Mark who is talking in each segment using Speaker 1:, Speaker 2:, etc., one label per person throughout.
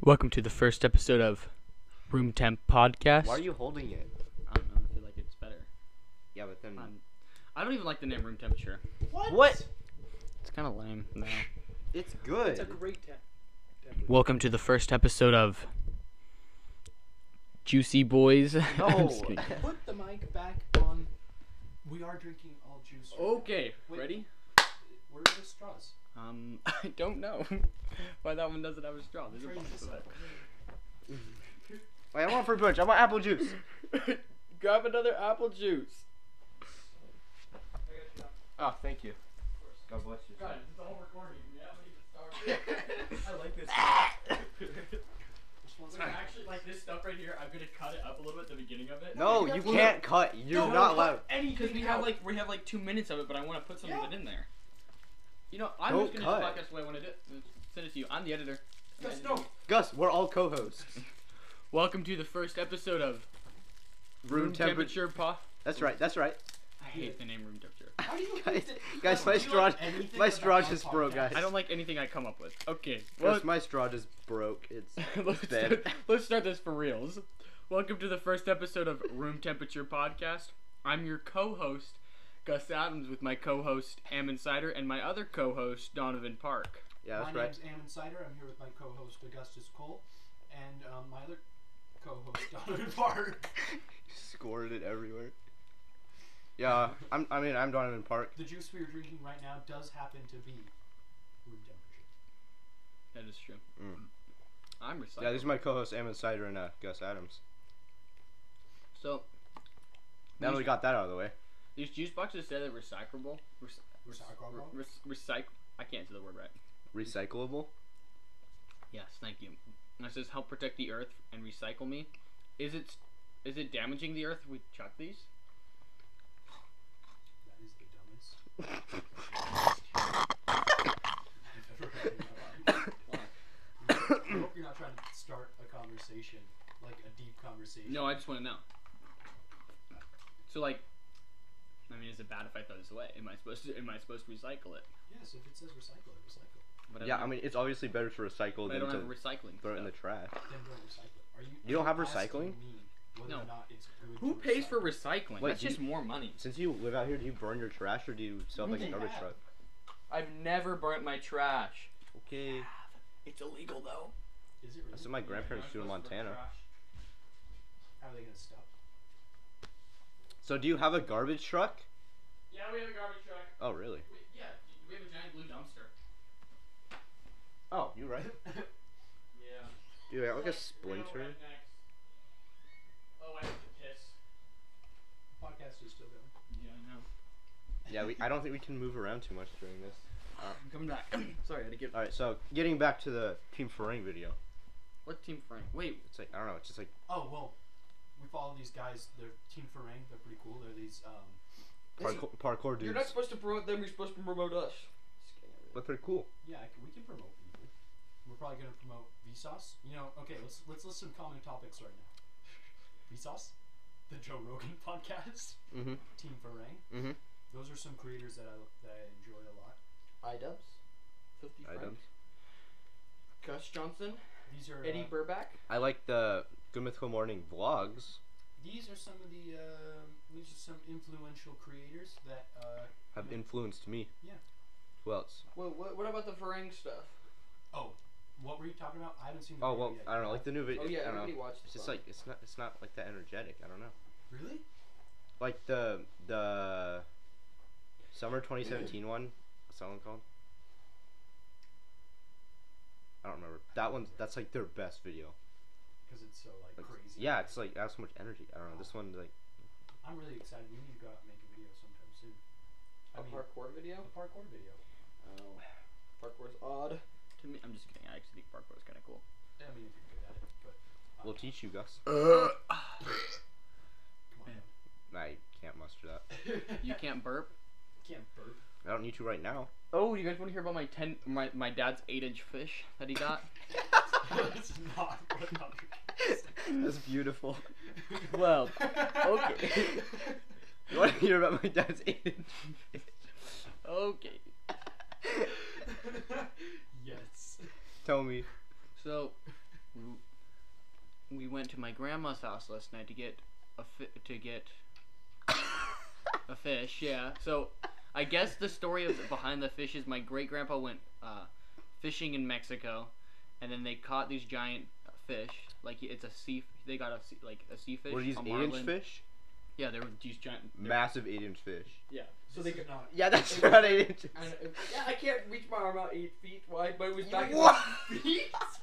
Speaker 1: Welcome to the first episode of Room Temp Podcast.
Speaker 2: Why are you holding it?
Speaker 1: I don't know. I feel like it's better.
Speaker 2: Yeah, but then
Speaker 3: Um,
Speaker 1: I'm, I don't even like the name room temperature.
Speaker 3: What?
Speaker 2: What?
Speaker 1: It's kind of lame. No.
Speaker 2: it's good.
Speaker 3: It's a great temp.
Speaker 1: Welcome to the first episode of Juicy Boys. I'm just
Speaker 2: No.
Speaker 1: kidding.
Speaker 3: Put the mic back on. We are drinking all juice.
Speaker 2: Oh.
Speaker 1: okay,
Speaker 3: Wait.
Speaker 1: ready?
Speaker 3: Where are the straws?
Speaker 1: Um, I don't know why that one doesn't have a straw. There's a
Speaker 3: Try
Speaker 1: box
Speaker 3: this
Speaker 1: of
Speaker 3: out.
Speaker 2: Wait, I want fruit punch. I want apple juice.
Speaker 1: that. Grab another apple juice.
Speaker 2: oh, thank you. God bless you.
Speaker 1: I like this. Actually, like this stuff right here, I'm gonna cut it up a little bit at the beginning of it.
Speaker 2: No, you can't cut. You're not allowed.
Speaker 1: Because we have like we have like two minutes of it, but I want to put some
Speaker 3: Yeah.
Speaker 1: of it in there. You know, I'm
Speaker 2: Don't
Speaker 1: just gonna
Speaker 2: cut.
Speaker 1: do the podcast the way I want to do. it. Send it to you. I'm the editor. I'm the
Speaker 3: Yes,
Speaker 1: editor.
Speaker 3: no.
Speaker 2: Gus, we're all co-hosts.
Speaker 1: Welcome to the first episode of Room Temperature Po.
Speaker 2: That's right. That's right.
Speaker 1: I hate the name Room Temperature.
Speaker 3: How do you
Speaker 2: Guys,
Speaker 3: think that-
Speaker 2: guys,
Speaker 3: no,
Speaker 2: my
Speaker 3: do you
Speaker 2: straw,
Speaker 3: like anything
Speaker 2: my
Speaker 3: about
Speaker 2: straw
Speaker 3: our
Speaker 2: just broke,
Speaker 3: podcast?
Speaker 2: guys.
Speaker 1: I don't like anything I come up with. Okay, well,
Speaker 2: Gus, my straw just broke. It's
Speaker 1: let's,
Speaker 2: bad.
Speaker 1: start, let's start this for reals. Welcome to the first episode of Room Temperature Podcast. I'm your co-host, Gus Adams, with my co-host Am Insider and my other co-host Donovan Park.
Speaker 2: yeah,
Speaker 3: my
Speaker 2: that's right.
Speaker 3: name's Ammon Sider. I'm here with my co-host Augustus Cole, and um, my other co-host Donovan Park.
Speaker 2: Scored it everywhere. Yeah, I'm. I mean, I'm Donovan Park.
Speaker 3: The juice we are drinking right now does happen to be room temperature.
Speaker 1: That is true.
Speaker 2: Mm.
Speaker 1: I'm recycling.
Speaker 2: Yeah, these are my co-hosts, Ammon Sider and uh, Gus Adams.
Speaker 1: so
Speaker 2: Now
Speaker 3: Mm.
Speaker 2: that we got that out of the way.
Speaker 1: these juice boxes say they're recyclable. Rec-
Speaker 3: Recyclable?
Speaker 1: Re- recyc- I can't say the word right.
Speaker 2: Recyclable.
Speaker 1: Yes, thank you. And it says help protect the earth and recycle me. Is it is it damaging the earth if we chuck these?
Speaker 3: That is the dumbest I've ever heard in my life.
Speaker 2: Why?
Speaker 3: I hope you're not trying to start a conversation, like a deep conversation.
Speaker 1: No, I just want to know. So like, I mean, is it bad if I throw this away? Am I supposed to? Am I supposed to recycle it?
Speaker 3: Yes, if it says recycle, it recycle.
Speaker 1: But
Speaker 2: yeah,
Speaker 1: don't,
Speaker 2: I mean, it's obviously better to recycle
Speaker 1: but I
Speaker 2: than
Speaker 1: don't
Speaker 2: to
Speaker 1: have recycling.
Speaker 2: throw it in the
Speaker 1: stuff.
Speaker 2: trash.
Speaker 3: Then don't recycle it. Are you?
Speaker 2: You don't
Speaker 3: are
Speaker 2: have
Speaker 3: asking
Speaker 2: recycling?
Speaker 3: me whether
Speaker 1: No.
Speaker 3: Or not it's good
Speaker 1: Who
Speaker 3: to
Speaker 1: pays for
Speaker 3: recycle.
Speaker 1: recycling?
Speaker 2: Wait,
Speaker 1: That's
Speaker 2: do you-
Speaker 1: just more money.
Speaker 2: Since you live out here, do you burn your trash or do you sell it like a
Speaker 3: Yeah.
Speaker 2: garbage truck?
Speaker 1: I've never burnt my trash.
Speaker 2: Okay.
Speaker 1: It's illegal though.
Speaker 3: Is it really?
Speaker 2: That's what my grandparents do in Montana.
Speaker 3: How are they gonna stop?
Speaker 2: So do you have a garbage truck?
Speaker 1: Yeah, we have a garbage truck.
Speaker 2: Oh, really?
Speaker 1: We, yeah, we have a giant blue dumpster.
Speaker 2: Oh, you right?
Speaker 1: Yeah.
Speaker 2: Do you have like a splinter?
Speaker 1: Oh, I have to piss.
Speaker 3: Podcast is still going.
Speaker 1: Yeah, I know.
Speaker 2: Yeah, we. I don't think we can move around too much during this.
Speaker 1: I'm coming back. Sorry, I had to get.
Speaker 2: All right, so getting back to the Team Ferrang video,
Speaker 1: What team Frank? Wait,
Speaker 2: it's like I don't know, it's just like
Speaker 3: Oh well, we follow these guys. They're Team Ferang. They're pretty cool. They're these um.
Speaker 2: parkour, parkour
Speaker 1: you're not
Speaker 2: dudes,
Speaker 1: supposed to promote them. You're supposed to promote us. Just kidding, I really-
Speaker 2: but they're cool.
Speaker 3: Yeah, I c- we can promote people. We're probably gonna promote Vsauce. You know, okay, let's let's list some common topics right now. Vsauce, the Joe Rogan podcast,
Speaker 2: Mm-hmm.
Speaker 3: Team Ferang.
Speaker 2: Mhm.
Speaker 3: Those are some creators that I that I enjoy a lot.
Speaker 1: Idubs, Filthy Frank,
Speaker 2: Items.
Speaker 1: Gus Johnson,
Speaker 3: These are
Speaker 1: Eddie
Speaker 3: uh,
Speaker 1: Burback.
Speaker 2: I like the Good Mythical Morning vlogs.
Speaker 3: these are some of the um, these are some influential creators that uh,
Speaker 2: Have influenced me.
Speaker 3: Yeah.
Speaker 2: Who else?
Speaker 1: Well, what, what about the Farang stuff?
Speaker 3: oh what were you talking about I haven't seen the
Speaker 2: Oh
Speaker 3: video
Speaker 2: well,
Speaker 3: yet.
Speaker 2: I don't know. Like the new video.
Speaker 1: Oh yeah,
Speaker 2: I don't know.
Speaker 1: everybody watched.
Speaker 2: It's just
Speaker 1: Vlog.
Speaker 2: like it's not it's not like that energetic. I don't know.
Speaker 3: really
Speaker 2: Like the the summer 2017 one. What's that one called? I don't remember. That one. That's like their best video.
Speaker 3: because it's so like,
Speaker 2: Like,
Speaker 3: crazy
Speaker 2: Yeah, it's like that's so much energy. I don't know. This one like
Speaker 3: I'm really excited we need to go out and make a video sometime soon I
Speaker 1: a
Speaker 3: mean
Speaker 1: parkour video.
Speaker 3: a parkour video
Speaker 1: Oh, parkour's odd to me. I'm just kidding. I actually think parkour's kind of cool.
Speaker 3: I mean if you're good at it but
Speaker 2: we'll teach you Gus.
Speaker 3: come on
Speaker 2: I can't muster that.
Speaker 1: You can't burp.
Speaker 3: can't burp
Speaker 2: I don't need to right now.
Speaker 1: Oh, you guys want to hear about my ten, my, my dad's eight inch fish that he got?
Speaker 3: that's not what
Speaker 2: That's beautiful.
Speaker 3: I'm
Speaker 1: well, okay.
Speaker 2: You want to hear about my dad's age?
Speaker 1: okay.
Speaker 3: yes
Speaker 2: Tell me.
Speaker 4: So, w- we went to my grandma's house last night to get a fi- to get a fish. Yeah. So, I guess the story of behind the fish is my great grandpa went uh, fishing in Mexico, and then they caught these giant fish. Like it's a sea. They got a sea, like a sea fish.
Speaker 2: Were these
Speaker 4: a
Speaker 2: eight
Speaker 4: marlin.
Speaker 2: inch fish?
Speaker 4: Yeah, they were these giant.
Speaker 2: Massive eight inch fish.
Speaker 4: Yeah.
Speaker 3: So they could not.
Speaker 2: Yeah, that's not eight inches.
Speaker 1: I know- yeah, I can't reach my arm out eight feet wide, but it was back. in
Speaker 2: What?
Speaker 1: the-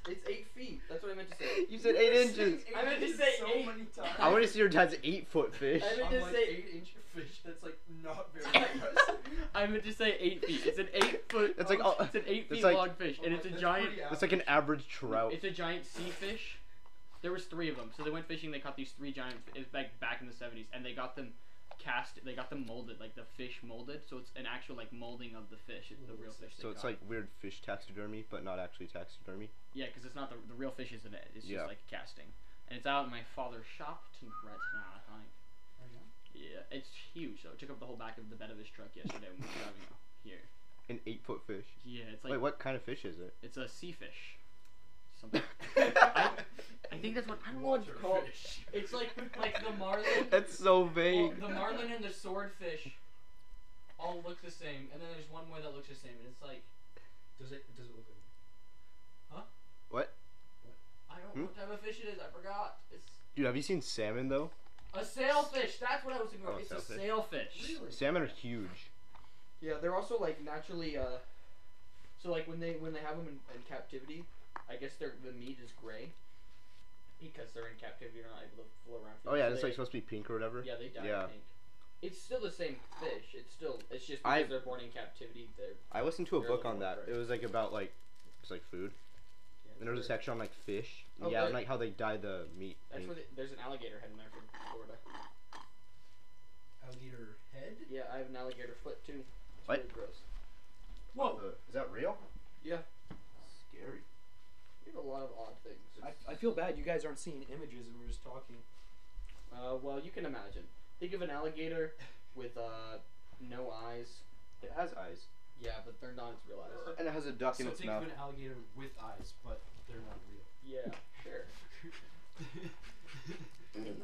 Speaker 1: It's eight feet. That's what I meant to say.
Speaker 2: You said eight inches.
Speaker 1: I meant to say
Speaker 3: so
Speaker 1: eight.
Speaker 3: many times.
Speaker 2: I want to see your dad's eight foot fish.
Speaker 1: I meant
Speaker 3: I'm
Speaker 1: to
Speaker 3: like
Speaker 1: say
Speaker 3: eight inch fish. That's like not very impressive.
Speaker 4: I meant to say eight feet. It's an eight foot. um,
Speaker 2: It's like, oh,
Speaker 4: it's an eight
Speaker 2: it's
Speaker 4: feet
Speaker 2: like-
Speaker 4: long fish, and it's a
Speaker 3: That's
Speaker 4: giant.
Speaker 3: pretty
Speaker 2: That's like an average trout.
Speaker 4: It's a giant sea fish. There was three of them, so they went fishing. They caught these three giant. It was back back in the seventies, and they got them cast. They got them molded, like the fish molded. So it's an actual like molding of the fish, it's the real fish. They
Speaker 2: So it's
Speaker 4: caught.
Speaker 2: like weird fish taxidermy, but not actually taxidermy.
Speaker 4: yeah, because it's not the the real fish isn't it? It's just
Speaker 2: Yeah.
Speaker 4: like casting, and it's out in my father's shop to right now. I think.
Speaker 3: Oh, yeah?
Speaker 4: Yeah, it's huge. So it took up the whole back of the bed of his truck yesterday when we were driving out here.
Speaker 2: An eight foot fish.
Speaker 4: Yeah, it's like
Speaker 2: Wait, what kind of fish is it?
Speaker 4: it's a sea fish. Something. I think that's what I don't know what it's
Speaker 3: Water
Speaker 4: called.
Speaker 3: fish.
Speaker 4: It's like like the marlin.
Speaker 2: That's so
Speaker 4: Well,
Speaker 2: vague.
Speaker 4: the marlin and the swordfish all look the same, and then there's one more that looks the same, and it's like
Speaker 3: Does it? Does it look like?
Speaker 4: I don't
Speaker 2: Hmm?
Speaker 4: know what type of fish it is. I forgot. It's
Speaker 2: Dude, have you seen salmon though?
Speaker 4: a sailfish. That's what I was thinking. of.
Speaker 2: Oh,
Speaker 4: it's a
Speaker 2: sailfish.
Speaker 4: sailfish.
Speaker 3: Really?
Speaker 2: Salmon are huge.
Speaker 1: Yeah, they're also like naturally. uh So like when they when they have them in, in captivity, I guess their the meat is gray. Because they're in captivity, they're not able to fool around.
Speaker 2: Oh yeah,
Speaker 1: So
Speaker 2: that's
Speaker 1: they-
Speaker 2: like supposed to be pink or whatever.
Speaker 1: Yeah, they die.
Speaker 2: Yeah.
Speaker 1: I think. It's still the same fish. It's still. It's just because
Speaker 2: I-
Speaker 1: they're born in captivity. They're.
Speaker 2: I listened to a
Speaker 1: They're
Speaker 2: book
Speaker 1: the
Speaker 2: on that.
Speaker 1: ones, right?
Speaker 2: It was like about like it's like food.
Speaker 1: Yeah,
Speaker 2: And there was a
Speaker 1: they're-
Speaker 2: section on like fish.
Speaker 1: Oh,
Speaker 2: yeah,
Speaker 1: but-
Speaker 2: and like how they dye the meat.
Speaker 1: That's where
Speaker 2: pink.
Speaker 1: the, there's an alligator head in there from Florida.
Speaker 3: Alligator head?
Speaker 1: Yeah, I have an alligator foot too. It's
Speaker 2: What?
Speaker 1: really gross.
Speaker 4: Whoa.
Speaker 2: Uh, is that real?
Speaker 1: Yeah.
Speaker 2: Scary.
Speaker 1: We have a lot of odd things.
Speaker 3: I, I feel bad you guys aren't seeing images and we're just talking.
Speaker 1: Uh, well, you can imagine. Think of an alligator with uh, no eyes.
Speaker 2: It has eyes.
Speaker 1: Yeah, but they're not its real eyes.
Speaker 2: And it has a duck
Speaker 3: So
Speaker 2: in its
Speaker 3: think
Speaker 2: mouth.
Speaker 3: of an alligator with eyes, but they're not real.
Speaker 1: Yeah, sure.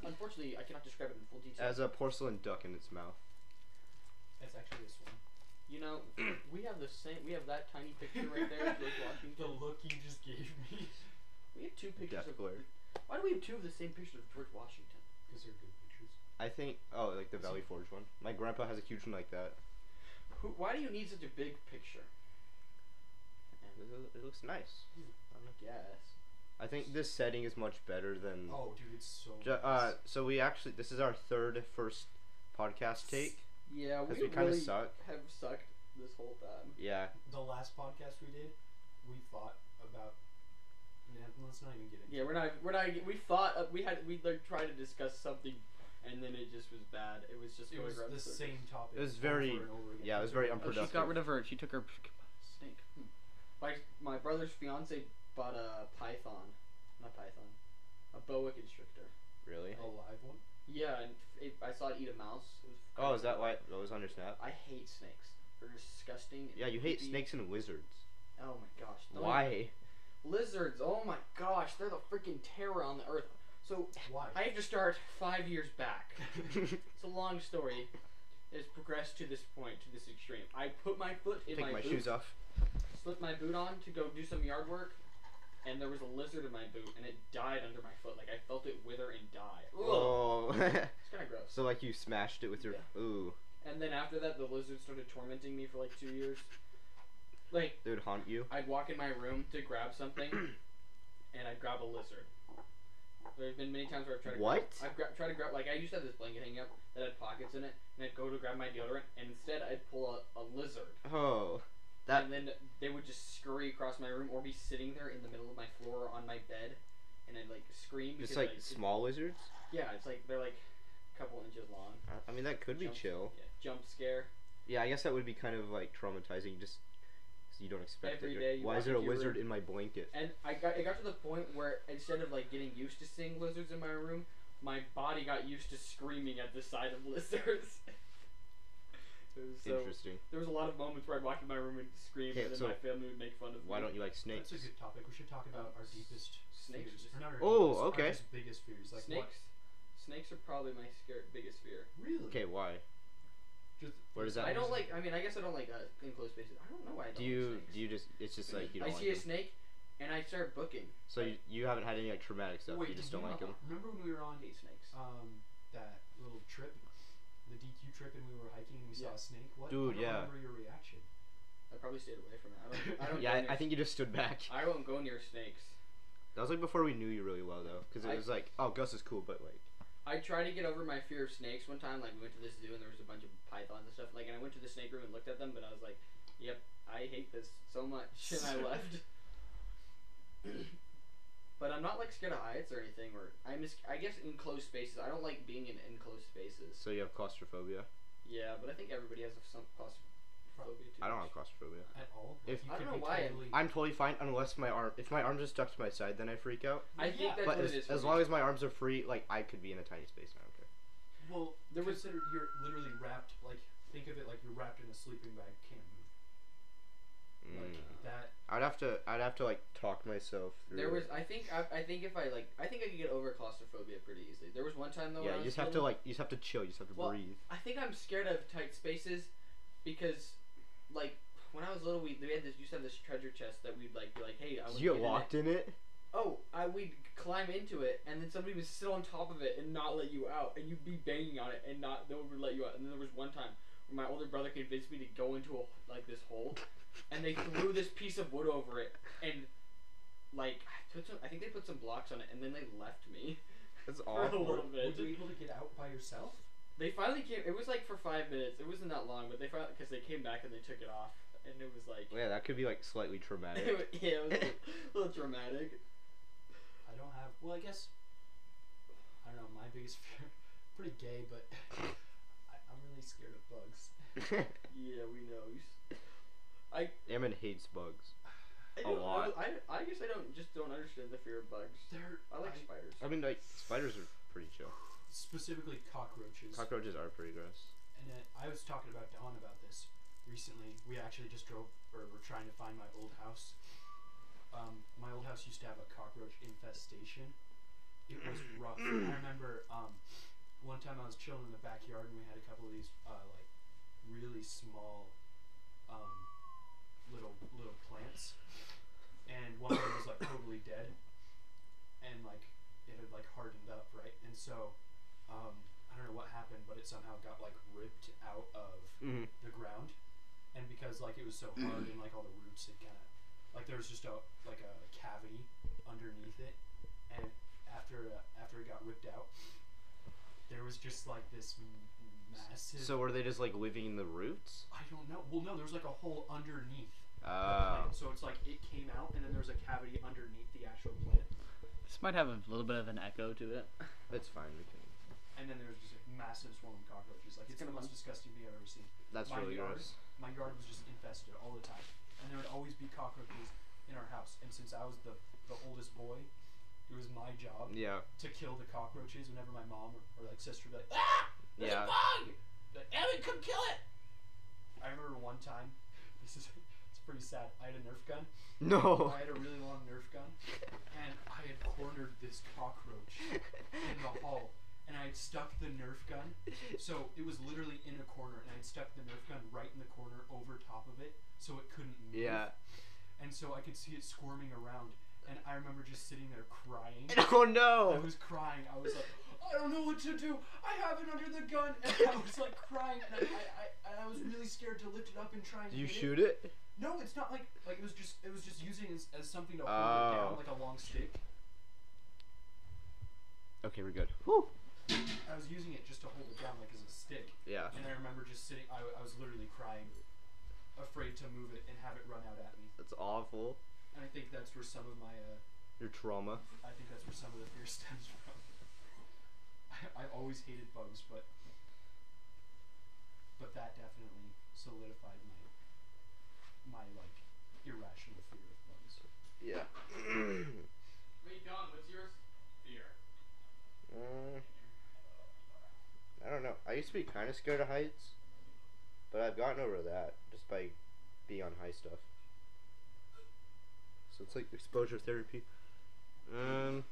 Speaker 1: Unfortunately, I cannot describe it in full
Speaker 2: It
Speaker 1: detail.
Speaker 2: has a porcelain duck in its mouth.
Speaker 3: That's actually this one.
Speaker 1: you know, we have the same. We have that tiny picture right there, of George
Speaker 3: the
Speaker 1: Washington.
Speaker 3: look you just gave me.
Speaker 1: We have two pictures of.
Speaker 2: Death glare.
Speaker 1: Why do we have two of the same pictures of George Washington?
Speaker 3: Because they're good pictures.
Speaker 2: I think oh like the Valley Forge one. My grandpa has a huge one like that.
Speaker 1: Who, why do you need such a big picture?
Speaker 2: It, it looks nice.
Speaker 1: I guess.
Speaker 2: I think this setting is much better than.
Speaker 3: Oh, dude, it's so.
Speaker 2: Ju- Mm. uh, so we actually this is our third first podcast take
Speaker 1: Yeah,
Speaker 2: because
Speaker 1: we,
Speaker 2: we kind of
Speaker 1: really
Speaker 2: suck.
Speaker 1: have sucked this whole time.
Speaker 2: Yeah.
Speaker 3: nice. the last podcast we did, we thought about. Nah, let's not even get into
Speaker 1: Yeah, we're not. We're not. We thought uh, we had. We like tried to discuss something, and then it just was bad. It was just
Speaker 3: it.
Speaker 1: going
Speaker 3: was
Speaker 1: around
Speaker 3: the
Speaker 1: in circles.
Speaker 3: same topic.
Speaker 2: It was very-
Speaker 3: Over and over again.
Speaker 2: yeah, it was very
Speaker 4: Oh, she
Speaker 2: Productive.
Speaker 4: got rid of her. She took her snake.
Speaker 1: Hmm. My my brother's fiance bought a python, not python, a boa constrictor.
Speaker 2: Really.
Speaker 3: A live one?
Speaker 1: Yeah, and it, I saw it eat a mouse. It was
Speaker 2: Oh, is
Speaker 1: crazy.
Speaker 2: that why that was on your snap?
Speaker 1: I hate snakes. They're disgusting. and
Speaker 2: Yeah, you hate
Speaker 1: creepy.
Speaker 2: snakes and wizards.
Speaker 1: Oh my gosh. don't-
Speaker 2: Why?
Speaker 1: Lizards. Oh my gosh, they're the freaking terror on the earth. So
Speaker 3: Why?
Speaker 1: I have to start five years back. It's a long story. It's progressed to this point, to this extreme. I put my foot in
Speaker 2: Take my,
Speaker 1: my, boot,
Speaker 2: shoes off.
Speaker 1: slipped my boot on to go do some yard work, and there was a lizard in my boot, and it died under my foot. Like I felt it wither and die. Ugh.
Speaker 2: Oh.
Speaker 1: It's kind of gross.
Speaker 2: so like you smashed it with your ooh,
Speaker 1: And then after that, the lizard started tormenting me for like two years. Like
Speaker 2: they would haunt you.
Speaker 1: I'd walk in my room to grab something, and I'd grab a lizard. There's been many times where I've tried to
Speaker 2: What?
Speaker 1: grab, I've gra- tried to grab like I used to have this blanket hanging up that had pockets in it, and I'd go to grab my deodorant, and instead I'd pull a, a lizard,
Speaker 2: Oh, that
Speaker 1: and then they would just scurry across my room or be sitting there in the middle of my floor or on my bed, and I'd like scream.
Speaker 2: just
Speaker 1: because,
Speaker 2: like
Speaker 1: it-
Speaker 2: small lizards.
Speaker 1: yeah, it's like they're like a couple inches long.
Speaker 2: I- I mean that could be
Speaker 1: Jump-
Speaker 2: chill.
Speaker 1: Yeah, jump scare.
Speaker 2: Yeah, I guess that would be kind of like traumatizing. Just 'cause you don't expect
Speaker 1: Every
Speaker 2: it.
Speaker 1: day you
Speaker 2: Why
Speaker 1: walk
Speaker 2: is there a
Speaker 1: into your
Speaker 2: wizard in my blanket?
Speaker 1: And I got it got to the point where instead of like getting used to seeing lizards in my room, my body got used to screaming at the sight of lizards. It was so.
Speaker 2: Interesting.
Speaker 1: There was a lot of moments where I'd walk in my room and scream,
Speaker 2: Okay,
Speaker 1: and then
Speaker 2: so
Speaker 1: my family would make fun of
Speaker 2: Why
Speaker 1: me.
Speaker 2: don't you like snakes?
Speaker 3: That's a good topic. We should talk about our deepest
Speaker 1: Um, Snakes.
Speaker 3: fears. Or not our
Speaker 2: Oh,
Speaker 3: deepest, our
Speaker 2: okay.
Speaker 3: just biggest fears. Like
Speaker 1: snakes? Snakes are probably my scare- biggest fear.
Speaker 3: What? Really?
Speaker 2: Okay, why?
Speaker 3: Just,
Speaker 2: Where does that-
Speaker 1: I don't like. I mean, I guess I don't like uh, enclosed spaces. I don't know why I don't
Speaker 2: Do
Speaker 1: like
Speaker 2: you
Speaker 1: snakes.
Speaker 2: do you just? It's just like you
Speaker 1: I
Speaker 2: don't like
Speaker 1: see a
Speaker 2: them.
Speaker 1: snake, and I start booking.
Speaker 2: So you, you haven't had any like traumatic stuff.
Speaker 3: Wait,
Speaker 2: you just
Speaker 3: did
Speaker 2: don't like them.
Speaker 3: Remember when we were on
Speaker 1: I hate snakes.
Speaker 3: um that little trip, the DQ trip, and we were hiking and we saw
Speaker 1: Yeah.
Speaker 3: a snake? What? I
Speaker 2: Dude,
Speaker 3: don't
Speaker 2: yeah.
Speaker 3: Remember your reaction?
Speaker 1: I probably stayed away from it. I don't. I don't
Speaker 2: Yeah,
Speaker 1: go near
Speaker 2: I, I think you just stood back.
Speaker 1: I won't go near snakes.
Speaker 2: That was like before we knew you really well though, because it
Speaker 1: I-
Speaker 2: was like, oh, Gus is cool, but like,
Speaker 1: I tried to get over my fear of snakes one time. Like we went to this zoo and there was a bunch of pythons and stuff. Like and I went to the snake room and looked at them, but I was like, "Yep, I hate this so much," and I left. but I'm not like scared of heights or anything. Or I miss. I guess enclosed spaces. I don't like being in enclosed spaces.
Speaker 2: so you have claustrophobia.
Speaker 1: Yeah, but I think everybody has some claustrophobia too.
Speaker 2: I don't have claustrophobia.
Speaker 3: At all?
Speaker 2: If-
Speaker 3: you
Speaker 1: I
Speaker 3: could
Speaker 1: don't
Speaker 3: be
Speaker 1: know why.
Speaker 3: Totally,
Speaker 2: I'm totally fine unless my arm. If my arms are stuck to my side, then I freak out.
Speaker 1: I
Speaker 3: Well,
Speaker 1: think
Speaker 3: yeah.
Speaker 1: that's
Speaker 2: But
Speaker 1: what
Speaker 2: as,
Speaker 1: it is. for
Speaker 2: as
Speaker 1: me.
Speaker 2: long as my arms are free, like I could be in a tiny space. and I don't care.
Speaker 3: Well,
Speaker 1: There was-
Speaker 3: consider you're literally wrapped. Like think of it like you're wrapped in a sleeping bag, can't move. Like
Speaker 2: Mm.
Speaker 3: that.
Speaker 2: I'd have to. I'd have to like talk myself through.
Speaker 1: There was,
Speaker 2: it.
Speaker 1: I think, I, I think if I like, I think I could get over claustrophobia pretty easily. There was one time though. when
Speaker 2: yeah,
Speaker 1: I
Speaker 2: you
Speaker 1: was
Speaker 2: just have to
Speaker 1: little-
Speaker 2: like. You just have to chill. You just have to
Speaker 1: Well,
Speaker 2: breathe.
Speaker 1: I think I'm scared of tight spaces because, like, when I was little, we, we had this used to have this treasure chest that we'd like be like, hey, I
Speaker 2: Did
Speaker 1: would
Speaker 2: you
Speaker 1: get
Speaker 2: get
Speaker 1: in
Speaker 2: locked
Speaker 1: It.
Speaker 2: in it?
Speaker 1: Oh, I we'd climb into it, and then somebody would sit on top of it and not let you out, and you'd be banging on it and not they would let you out. And then there was one time where my older brother convinced me to go into a like this hole, and they threw this piece of wood over it, and like I put some, I think they put some blocks on it, and then they left me.
Speaker 2: That's
Speaker 1: For a
Speaker 2: awful.
Speaker 1: little
Speaker 3: Were
Speaker 1: bit.
Speaker 3: you able to get out by yourself?
Speaker 1: They finally came. It was like for five minutes. It wasn't that long, but they finally because they came back and they took it off, and it was like
Speaker 2: Yeah, that could be like slightly traumatic.
Speaker 1: it was, yeah, it was a little, little dramatic.
Speaker 3: I don't have. Well, I guess. I don't know. My biggest fear. Pretty gay, but I, I'm really scared of bugs.
Speaker 1: Yeah, we know. You s-
Speaker 2: Emin hates bugs.
Speaker 1: I
Speaker 2: A
Speaker 1: don't
Speaker 2: lot.
Speaker 1: Know, I, I guess I don't just don't understand the fear of bugs.
Speaker 3: They're
Speaker 1: I like spiders.
Speaker 2: I mean, like spiders are pretty chill.
Speaker 3: specifically cockroaches.
Speaker 2: Cockroaches are pretty gross.
Speaker 3: and then I was talking about Don about this recently. We actually just drove, or were trying to find my old house. Um, my old house used to have a cockroach infestation. It was rough. I remember um, one time I was chilling in the backyard and we had a couple of these uh, like really small um, little little plants, and one of them was like totally dead, and like it had like hardened up, right? And so um, I don't know what happened, but it somehow got like ripped out of
Speaker 2: Mm-hmm.
Speaker 3: the ground, and because like it was so hard and like all the roots had kind of like there was just a like a cavity underneath it, and after uh, after it got ripped out, there was just like this m- massive.
Speaker 2: So were they just like living in the roots?
Speaker 3: I don't know. Well, no, there was like a hole underneath the
Speaker 2: Uh,
Speaker 3: plant, so it's like it came out, and then there was a cavity underneath the actual plant,
Speaker 5: This might have a little bit of an echo to it.
Speaker 2: that's fine. We can.
Speaker 3: and then there was just a massive swarm of cockroaches. Like it's,
Speaker 1: It's
Speaker 3: the
Speaker 1: gonna
Speaker 3: most disgusting thing I've ever seen.
Speaker 2: That's
Speaker 3: My
Speaker 2: really
Speaker 3: yard.
Speaker 2: gross.
Speaker 3: my yard was just infested all the time, and there would always be cockroaches in our house. And since I was the, the oldest boy, it was my job
Speaker 2: Yeah,
Speaker 3: to kill the cockroaches whenever my mom or, or like sister would be like, ah, there's
Speaker 2: yeah.
Speaker 3: a bug! Like, Evan, come kill it! I remember one time, this is it's pretty sad. I had a Nerf gun.
Speaker 2: No.
Speaker 3: I had a really long Nerf gun, and I had cornered this cockroach in the hall, and I had stuck the Nerf gun so it was literally in a corner, and I had stuck the Nerf gun right in the corner over top of it, so it couldn't move.
Speaker 2: Yeah.
Speaker 3: And so I could see it squirming around, and I remember just sitting there crying.
Speaker 2: Oh
Speaker 3: I
Speaker 2: no.
Speaker 3: was crying. I was like, I don't know what to do. I have it under the gun, and I was like crying, and I, I, I, I was really scared to lift it up and try and.
Speaker 2: Do you
Speaker 3: hit
Speaker 2: shoot it?
Speaker 3: No, it's not like like it was just it was just using as, as something to hold it
Speaker 2: Oh.
Speaker 3: down like a long stick.
Speaker 2: Okay, we're good. Whew.
Speaker 3: I was using it just to hold it down like as a stick.
Speaker 2: Yeah.
Speaker 3: And I remember just sitting, I, I was literally crying, afraid to move it and have it run out at me.
Speaker 2: That's awful.
Speaker 3: And I think that's where some of my, uh,
Speaker 2: Your trauma.
Speaker 3: I think that's where some of the fear stems from. I, I always hated bugs, but but that definitely solidified my my like irrational fear of bugs.
Speaker 2: Yeah. Uh,
Speaker 1: Wait, Don, what's yours? Fear.
Speaker 2: I don't know. I used to be kind of scared of heights, But I've gotten over that just by being on high stuff. So it's like exposure therapy. Um,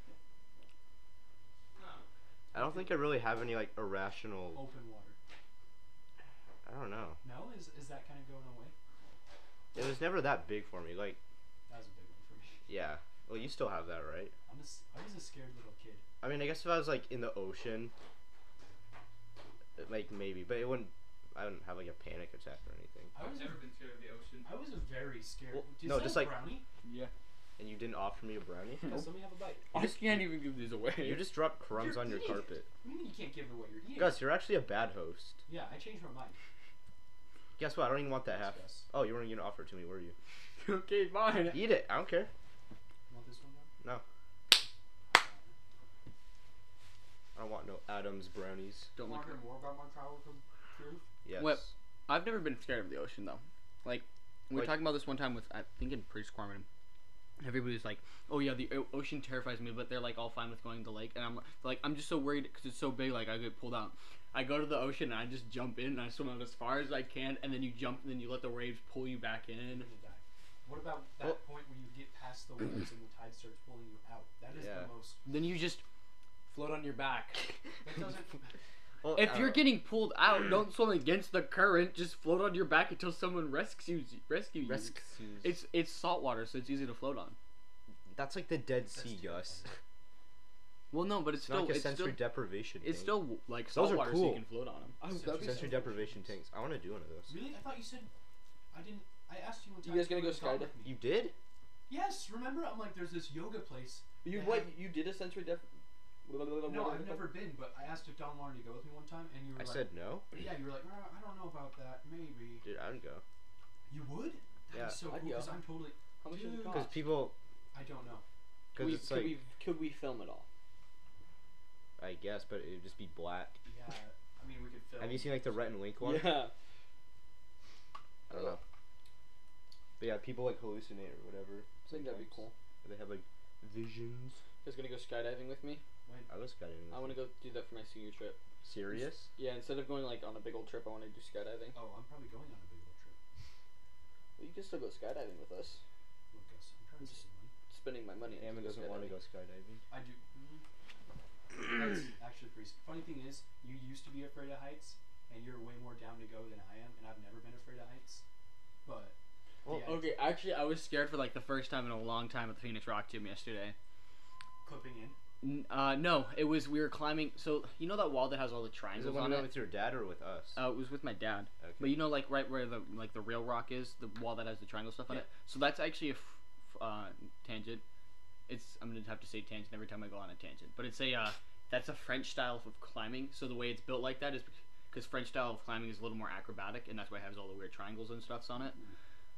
Speaker 2: I don't think I really have any like irrational.
Speaker 3: Open water.
Speaker 2: I don't know.
Speaker 3: No, is is that kind of going away?
Speaker 2: It was never that big for me. Like,
Speaker 3: That was a big one for me.
Speaker 2: yeah. Well, you still have that, right?
Speaker 3: I'm a s- I was a scared little kid.
Speaker 2: I mean, I guess if I was like in the ocean, like maybe, but it wouldn't. I wouldn't have like a panic attack or anything.
Speaker 3: I was
Speaker 1: I've never been scared of the ocean.
Speaker 3: I was a very scared.
Speaker 2: Well,
Speaker 3: Does
Speaker 2: no,
Speaker 3: that
Speaker 2: just like-
Speaker 3: brownie.
Speaker 1: Yeah.
Speaker 2: And you didn't offer me a brownie.
Speaker 3: Guys, let me have a bite.
Speaker 1: I just can't even give these away.
Speaker 2: You just dropped crumbs
Speaker 3: You're
Speaker 2: on your
Speaker 3: eating it.
Speaker 2: carpet.
Speaker 3: What do you mean you can't give away your eating?
Speaker 2: Gus, you're actually a bad host.
Speaker 3: Yeah, I changed my mind.
Speaker 2: Guess what? I don't even want that half.
Speaker 3: Thanks, Gus.
Speaker 2: Oh, you weren't gonna offer it to me, were you?
Speaker 1: okay, fine.
Speaker 2: Eat it. I don't care.
Speaker 3: Want this one down?
Speaker 2: No. I don't want no Adams brownies.
Speaker 1: Don't
Speaker 3: Want
Speaker 1: look.
Speaker 3: to hear more about my power from proof?
Speaker 2: Yes.
Speaker 1: What? I've never been scared of the ocean though. Like we were
Speaker 2: Like-
Speaker 1: talking about this one time with I think in pre-squarman. Everybody's like, "Oh yeah, the o- ocean terrifies me," but they're like all fine with going to the lake, and I'm like, I'm just so worried because it's so big. Like I get pulled out. I go to the ocean and I just jump in and I swim out as far as I can, and then you jump and then you let the waves pull you back in.
Speaker 3: You're gonna die. What about that
Speaker 2: Well-
Speaker 3: point where you get past the waves and the tide starts pulling you out? That is
Speaker 2: Yeah.
Speaker 3: the most.
Speaker 1: Then you just float on your back.
Speaker 3: That doesn't.
Speaker 2: Well, I
Speaker 1: If
Speaker 2: don't
Speaker 1: you're
Speaker 2: know.
Speaker 1: getting pulled out, don't swim against the current. Just float on your back until someone rescues you. Rescue you.
Speaker 2: rescues,
Speaker 1: It's it's salt water, so it's easy to float on.
Speaker 2: that's like the Dead
Speaker 3: That's
Speaker 2: Sea, Gus.
Speaker 1: Well, no, but it's
Speaker 2: It's
Speaker 1: still
Speaker 2: not like a
Speaker 1: it's
Speaker 2: sensory
Speaker 1: still,
Speaker 2: deprivation.
Speaker 1: It's
Speaker 2: thing.
Speaker 1: still like
Speaker 2: Those are
Speaker 1: saltwater, so
Speaker 2: cool.
Speaker 1: you can float on them.
Speaker 3: Oh, that'd be
Speaker 2: sensory
Speaker 3: so-
Speaker 2: deprivation tanks. I want to do one of those.
Speaker 3: Really, I thought you said. I didn't. I asked you one
Speaker 6: You
Speaker 3: time.
Speaker 6: guys
Speaker 3: if
Speaker 6: gonna
Speaker 3: wanted
Speaker 6: go
Speaker 3: to come
Speaker 6: skydiving?
Speaker 3: with me.
Speaker 2: You did?
Speaker 3: Yes, remember? I'm like, there's this yoga place.
Speaker 6: You
Speaker 3: They
Speaker 6: what?
Speaker 3: have-
Speaker 6: You did a sensory def.
Speaker 3: No, I've never been, but I asked if Don wanted to go with me one time, and you were
Speaker 2: I
Speaker 3: like,
Speaker 2: said no.
Speaker 3: yeah, you were like, "Uh, I don't know about that, maybe.
Speaker 2: Dude, I would go.
Speaker 3: You would? That'd
Speaker 2: Yeah.
Speaker 3: be so
Speaker 6: I'd
Speaker 3: cool,
Speaker 6: go.
Speaker 3: because I'm totally,
Speaker 6: How much does
Speaker 3: Dude.
Speaker 6: it
Speaker 2: Because
Speaker 6: cost?
Speaker 2: people,
Speaker 3: I don't know.
Speaker 2: because
Speaker 6: We-
Speaker 2: it's
Speaker 6: could
Speaker 2: like,
Speaker 6: we could we film it all?
Speaker 2: I guess, but it'd just be black.
Speaker 3: Yeah, I mean, we could
Speaker 1: Oh.
Speaker 3: film.
Speaker 2: Have you seen like the Rhett and Link one?
Speaker 6: Yeah.
Speaker 2: I don't know. But yeah, people like hallucinate or whatever.
Speaker 6: I think that'd be
Speaker 2: sometimes.
Speaker 6: cool.
Speaker 2: They have like visions.
Speaker 6: You guys gonna go skydiving with me?
Speaker 2: I was kind of
Speaker 6: I want to go do that for my senior trip.
Speaker 2: serious.
Speaker 6: Yeah, instead of going like on a big old trip, I want to do skydiving.
Speaker 3: Oh, I'm probably going on a big old trip.
Speaker 6: Well, you can still go skydiving with us.
Speaker 3: Look, Gus, I'm trying to save money.
Speaker 6: Spending my money.
Speaker 2: Ammon
Speaker 6: to
Speaker 2: doesn't want to go skydiving.
Speaker 6: skydiving.
Speaker 3: I do. That's actually pretty. s- Funny thing is, you used to be afraid of heights, and you're way more down to go than I am, and I've never been afraid of heights. But
Speaker 2: Well,
Speaker 3: yeah,
Speaker 1: Okay, actually, I was scared for like the first time in a long time at the Phoenix Rock Gym yesterday.
Speaker 3: clipping in.
Speaker 1: N- uh, no, it was we were climbing. So you know that wall that has all the
Speaker 2: Is it
Speaker 1: triangles
Speaker 2: one
Speaker 1: on
Speaker 2: went
Speaker 1: it?
Speaker 2: with your dad or with us?
Speaker 1: Uh, it was with my dad.
Speaker 2: okay.
Speaker 1: But you know, like right where the like the real rock is, the wall that has the triangle stuff on
Speaker 3: Yeah.
Speaker 1: it. So that's actually a f- f- uh, tangent. It's I'm gonna have to say tangent every time I go on a tangent. But it's a uh, that's a French style of climbing. So the way it's built like that is because French style of climbing is a little more acrobatic, and that's why it has all the weird triangles and stuffs on it,
Speaker 3: Mm-hmm.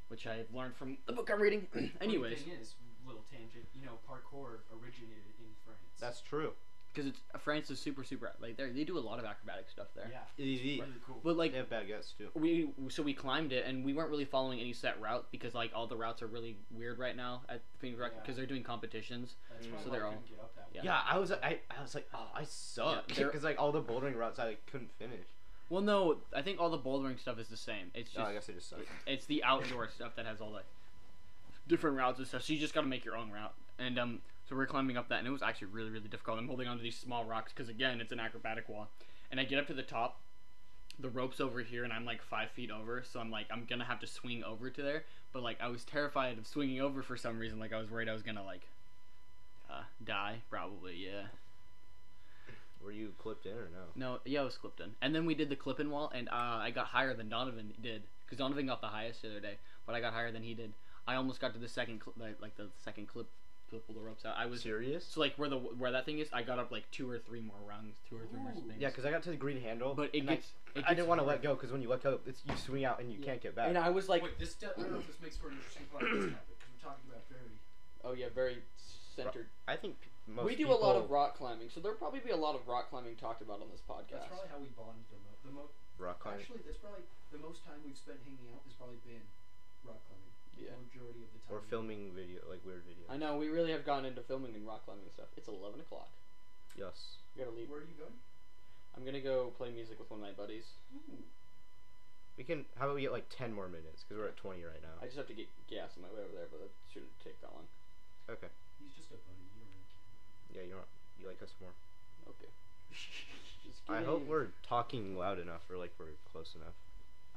Speaker 1: which I've learned from the book I'm reading. Anyways,
Speaker 3: Funny thing is, little tangent. You know, parkour originated in France.
Speaker 2: That's true.
Speaker 1: because it's uh, France is super super like they they do a lot of acrobatic stuff there.
Speaker 3: yeah,
Speaker 2: Easy.
Speaker 3: really cool.
Speaker 1: But like
Speaker 2: They have baguettes too.
Speaker 1: we so we climbed it and we weren't really following any set route because like all the routes are really weird right now at Phoenix Rock
Speaker 3: Yeah.
Speaker 1: because they're doing competitions.
Speaker 3: That's
Speaker 2: Mm.
Speaker 3: probably
Speaker 1: So
Speaker 3: why I
Speaker 1: they're all-
Speaker 3: couldn't get up that way.
Speaker 1: Yeah.
Speaker 2: Yeah. I was I, I was like, oh, I suck
Speaker 1: Yeah, they're-
Speaker 2: because like all the bouldering routes I like, couldn't finish.
Speaker 1: Well, no, I think all the bouldering stuff is the same. It's
Speaker 2: oh,
Speaker 1: just
Speaker 2: I guess I just suck.
Speaker 1: it's the outdoor stuff that has all the different routes and stuff. So you just got to make your own route. And um, so we're climbing up that, and it was actually really really difficult. I'm holding onto these small rocks because again, it's an acrobatic wall. And I get up to the top. The rope's over here, and I'm like five feet over, so I'm like, I'm gonna have to swing over to there. But like, I was terrified of swinging over for some reason. Like, I was worried I was gonna like uh, die, probably. Yeah.
Speaker 2: Were you clipped in or no?
Speaker 1: No, yeah, it was Clipton. And then we did the Clipton wall, and uh, I got higher than Donovan did because Donovan got the highest the other day, but I got higher than he did. I almost got to the second, cl- like, like the second clip, clip pull the ropes out. I was
Speaker 2: serious?
Speaker 1: so like where the where that thing is. I got up like two or three more rungs, two or three more
Speaker 3: Ooh.
Speaker 1: things.
Speaker 2: Yeah, because I got to the green handle,
Speaker 1: but it
Speaker 2: and I-
Speaker 1: gets,
Speaker 2: I,
Speaker 1: it gets
Speaker 2: didn't want to
Speaker 1: hard.
Speaker 2: let go because when you let go, it's you swing out and you
Speaker 6: Yeah.
Speaker 2: can't get back.
Speaker 1: uh,
Speaker 6: And I was like,
Speaker 3: Wait, this de- I don't know if this makes for an interesting podcast topic because we're talking about very.
Speaker 6: oh yeah, very centered.
Speaker 2: I think p- most
Speaker 6: we do
Speaker 2: people,
Speaker 6: a lot of rock climbing, so there'll probably be a lot of rock climbing talked about on this
Speaker 3: That's
Speaker 6: podcast.
Speaker 3: probably how we bonded the most. The mo-
Speaker 2: rock climbing.
Speaker 3: actually, that's probably the most time we've spent hanging out has probably been rock climbing.
Speaker 6: Yeah.
Speaker 3: The majority of the time.
Speaker 2: or filming video like weird video.
Speaker 6: I know we really have gone into filming and rock climbing and stuff. It's eleven o'clock.
Speaker 2: Yes.
Speaker 6: We gotta leave.
Speaker 3: Where are you going?
Speaker 6: I'm gonna go play music with one of my buddies.
Speaker 3: Ooh.
Speaker 2: We can. How about we get like ten more minutes? Because we're at twenty right
Speaker 6: I
Speaker 2: now.
Speaker 6: just have to get gas on my way over there, but that shouldn't take that long.
Speaker 2: Okay.
Speaker 3: He's just a buddy. You don't really
Speaker 2: Yeah, you want you like us more.
Speaker 6: Okay.
Speaker 3: care.
Speaker 6: Just
Speaker 2: I
Speaker 6: kidding.
Speaker 2: hope we're talking loud enough, or like we're close enough.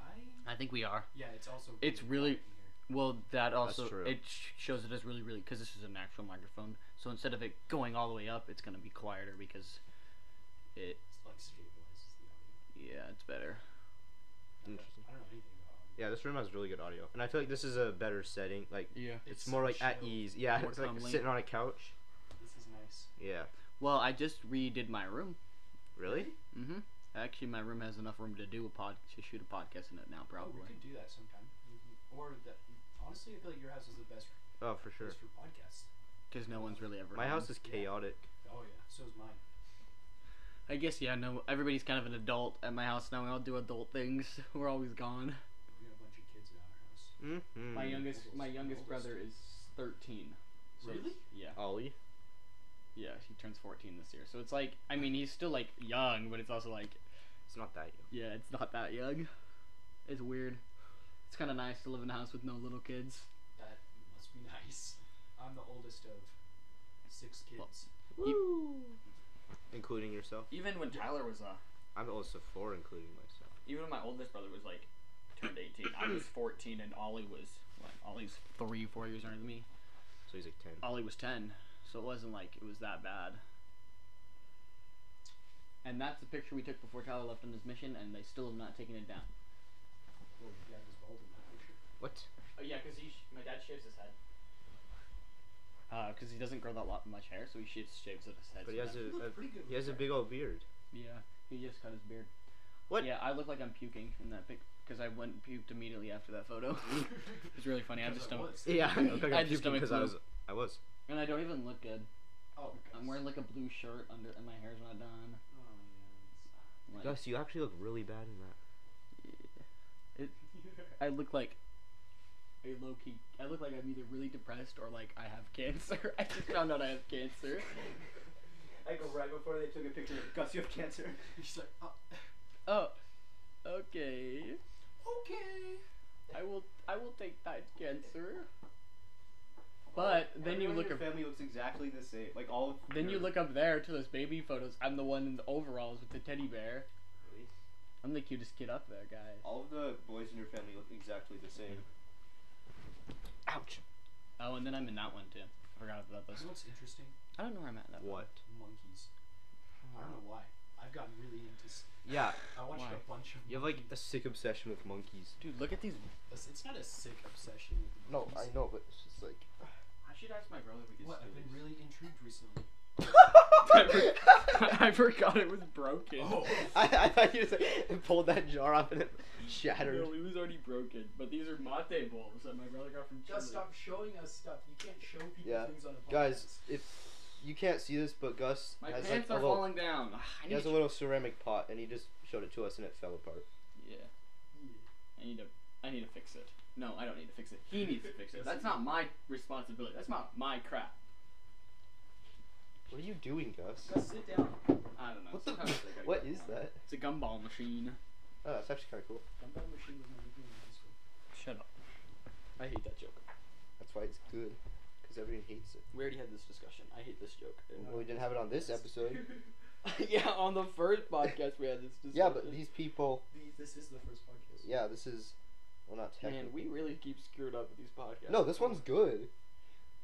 Speaker 3: I.
Speaker 1: I think we are.
Speaker 3: Yeah, it's also.
Speaker 1: It's
Speaker 3: pretty
Speaker 1: really-
Speaker 3: quiet in here.
Speaker 1: Well, that also
Speaker 2: true.
Speaker 1: it sh- shows it as really, really because this is an actual microphone. So instead of it going all the way up, it's gonna be quieter because it.
Speaker 3: It's like stabilizes the audio.
Speaker 1: Yeah, it's better.
Speaker 2: Interesting.
Speaker 3: I don't know anything about audio.
Speaker 2: Yeah, this room has really good audio, and I feel like this is a better setting. Like
Speaker 1: Yeah.
Speaker 2: it's,
Speaker 3: um, It's
Speaker 2: more
Speaker 3: so
Speaker 2: like at E.
Speaker 3: chill.
Speaker 2: ease. Yeah,
Speaker 1: More
Speaker 2: it's like
Speaker 1: comely.
Speaker 2: sitting on a couch.
Speaker 3: This is nice.
Speaker 2: Yeah.
Speaker 1: Well, I just redid my room.
Speaker 2: Really?
Speaker 1: Mm-hmm. Actually, my room has enough room to do a pod to shoot a podcast in it now,
Speaker 3: Oh,
Speaker 1: probably.
Speaker 3: we could do that sometime. You
Speaker 2: Mm-hmm.
Speaker 3: can- Or that. Honestly, I feel like your house is the best
Speaker 2: Oh, for sure.
Speaker 3: place for podcasts.
Speaker 1: Because no one's really ever.
Speaker 2: My
Speaker 1: home.
Speaker 2: house is chaotic.
Speaker 3: Oh yeah, so is mine.
Speaker 1: I guess yeah. No, everybody's kind of an adult at my house now. We all do adult things. We're always gone.
Speaker 3: We got a bunch of kids in our house.
Speaker 2: Mm-hmm.
Speaker 1: My uh, youngest, my
Speaker 3: Oldest-
Speaker 1: youngest
Speaker 3: oldest.
Speaker 1: brother is thirteen. So it's-
Speaker 3: Really?
Speaker 1: Yeah.
Speaker 2: Ollie.
Speaker 1: Yeah, he turns 14 this year. So it's like, I mean, he's still like young, but it's also like,
Speaker 2: It's not that young.
Speaker 1: yeah, it's not that young. It's weird. It's kind of nice to live in a house with no little kids.
Speaker 3: That must be nice. I'm the oldest of six kids.
Speaker 1: Well-
Speaker 2: Including yourself.
Speaker 6: Even when Tyler was uh,
Speaker 2: I'm the oldest of four, including myself.
Speaker 6: even when my oldest brother was like turned 18, I was 14 and Ollie was
Speaker 1: What? Ollie's three, four years younger than me.
Speaker 2: So he's like ten.
Speaker 1: Ollie was 10, so it wasn't like it was that bad. And that's the picture we took before Tyler left on his mission, and they still have not taken it down.
Speaker 3: Well, your dad was bald in that picture.
Speaker 2: What?
Speaker 6: Oh yeah, because he sh- my dad shaves his head.
Speaker 1: Because Uh, he doesn't grow that lot much hair, so he shaves, shaves it his head.
Speaker 2: But he has
Speaker 1: sometimes.
Speaker 2: a,
Speaker 3: look
Speaker 2: a
Speaker 3: pretty good
Speaker 2: he has a
Speaker 3: with
Speaker 2: big old beard.
Speaker 1: Yeah, he just cut his beard.
Speaker 2: What?
Speaker 1: Yeah, I look like I'm puking in that pic because I went and puked immediately after that photo. it's really funny. I have the
Speaker 3: Because
Speaker 1: stomach,
Speaker 3: was.
Speaker 2: Yeah, I
Speaker 1: I had the stomach
Speaker 2: because I
Speaker 1: flu.
Speaker 2: was I was.
Speaker 1: and I don't even look good.
Speaker 3: Oh, because.
Speaker 1: I'm wearing like a blue shirt under, and my hair's not done.
Speaker 3: Oh, yeah.
Speaker 1: Like,
Speaker 2: Gus, you actually look really bad in that.
Speaker 3: it's-
Speaker 1: I look like a low key. I look like I'm either really depressed or like I have cancer. I just found out I have cancer.
Speaker 6: Like right before they took a picture of Gus, you have cancer.
Speaker 3: She's like, oh,
Speaker 1: Oh, okay.
Speaker 3: okay.
Speaker 1: I will. I will take that cancer. But then you look.
Speaker 6: Your
Speaker 1: Up,
Speaker 6: family looks exactly the same. Like all. Of
Speaker 1: then you
Speaker 6: your-
Speaker 1: look up there to those baby photos. I'm the one in the overalls with the teddy bear.
Speaker 6: Really?
Speaker 1: I'm the cutest kid up there, guys.
Speaker 6: All of the boys in your family look exactly the same.
Speaker 2: Ouch.
Speaker 1: Oh, and then I'm in that one too. I forgot about
Speaker 3: You
Speaker 1: those.
Speaker 3: know what's interesting?
Speaker 1: I don't know where I'm at in that.
Speaker 2: What?
Speaker 3: Monkeys. I don't know why. I've gotten really into. s-
Speaker 2: Yeah,
Speaker 3: I watched
Speaker 1: Why?
Speaker 3: a bunch of.
Speaker 2: you have like a sick obsession with monkeys.
Speaker 1: Dude, look at these.
Speaker 3: It's it's not a sick obsession with the monkeys.
Speaker 2: know, but it's just like.
Speaker 6: I should ask my brother if we could
Speaker 3: What? I've been really intrigued recently.
Speaker 1: I forgot it was broken.
Speaker 3: Oh.
Speaker 2: I, I thought you just like, pulled that jar off and it shattered.
Speaker 1: No, it was already broken. But these are mate bulbs that my brother got from Chile.
Speaker 3: Just stop showing us stuff. You can't show people
Speaker 2: Yeah.
Speaker 3: things on a podcast.
Speaker 2: Guys, if you can't see this, but Gus
Speaker 1: My
Speaker 2: has like
Speaker 1: pants
Speaker 2: a
Speaker 1: are
Speaker 2: little,
Speaker 1: falling down. Ah, I
Speaker 2: he
Speaker 1: need
Speaker 2: has
Speaker 1: to,
Speaker 2: a little ceramic pot, and he just showed it to us, and it fell apart.
Speaker 1: yeah,
Speaker 3: Yeah.
Speaker 1: I need to. I need to fix it. No, I don't need to fix it. He needs to fix it. That's not my responsibility. That's not my crap.
Speaker 2: What are you doing, Gus?
Speaker 3: Gus, sit down.
Speaker 1: I don't know.
Speaker 2: What the?
Speaker 1: Sometimes I gotta
Speaker 2: What
Speaker 1: go
Speaker 2: is
Speaker 1: down.
Speaker 2: that?
Speaker 1: It's a gumball machine.
Speaker 2: Oh, that's actually kind of cool.
Speaker 3: Gumball machine was my nickname in high school.
Speaker 1: Shut up. I hate that joke.
Speaker 2: That's why it's good, because everyone hates it.
Speaker 6: We already had this discussion. I hate this joke.
Speaker 2: Well, we didn't have it on this episode.
Speaker 1: yeah, on the first podcast we had this discussion.
Speaker 2: Yeah, but these people.
Speaker 3: The- This is the first podcast.
Speaker 2: Yeah, this is. Well, not
Speaker 1: Man, we
Speaker 2: technically.
Speaker 1: really keep screwed up with these podcasts.
Speaker 2: No, this one's good.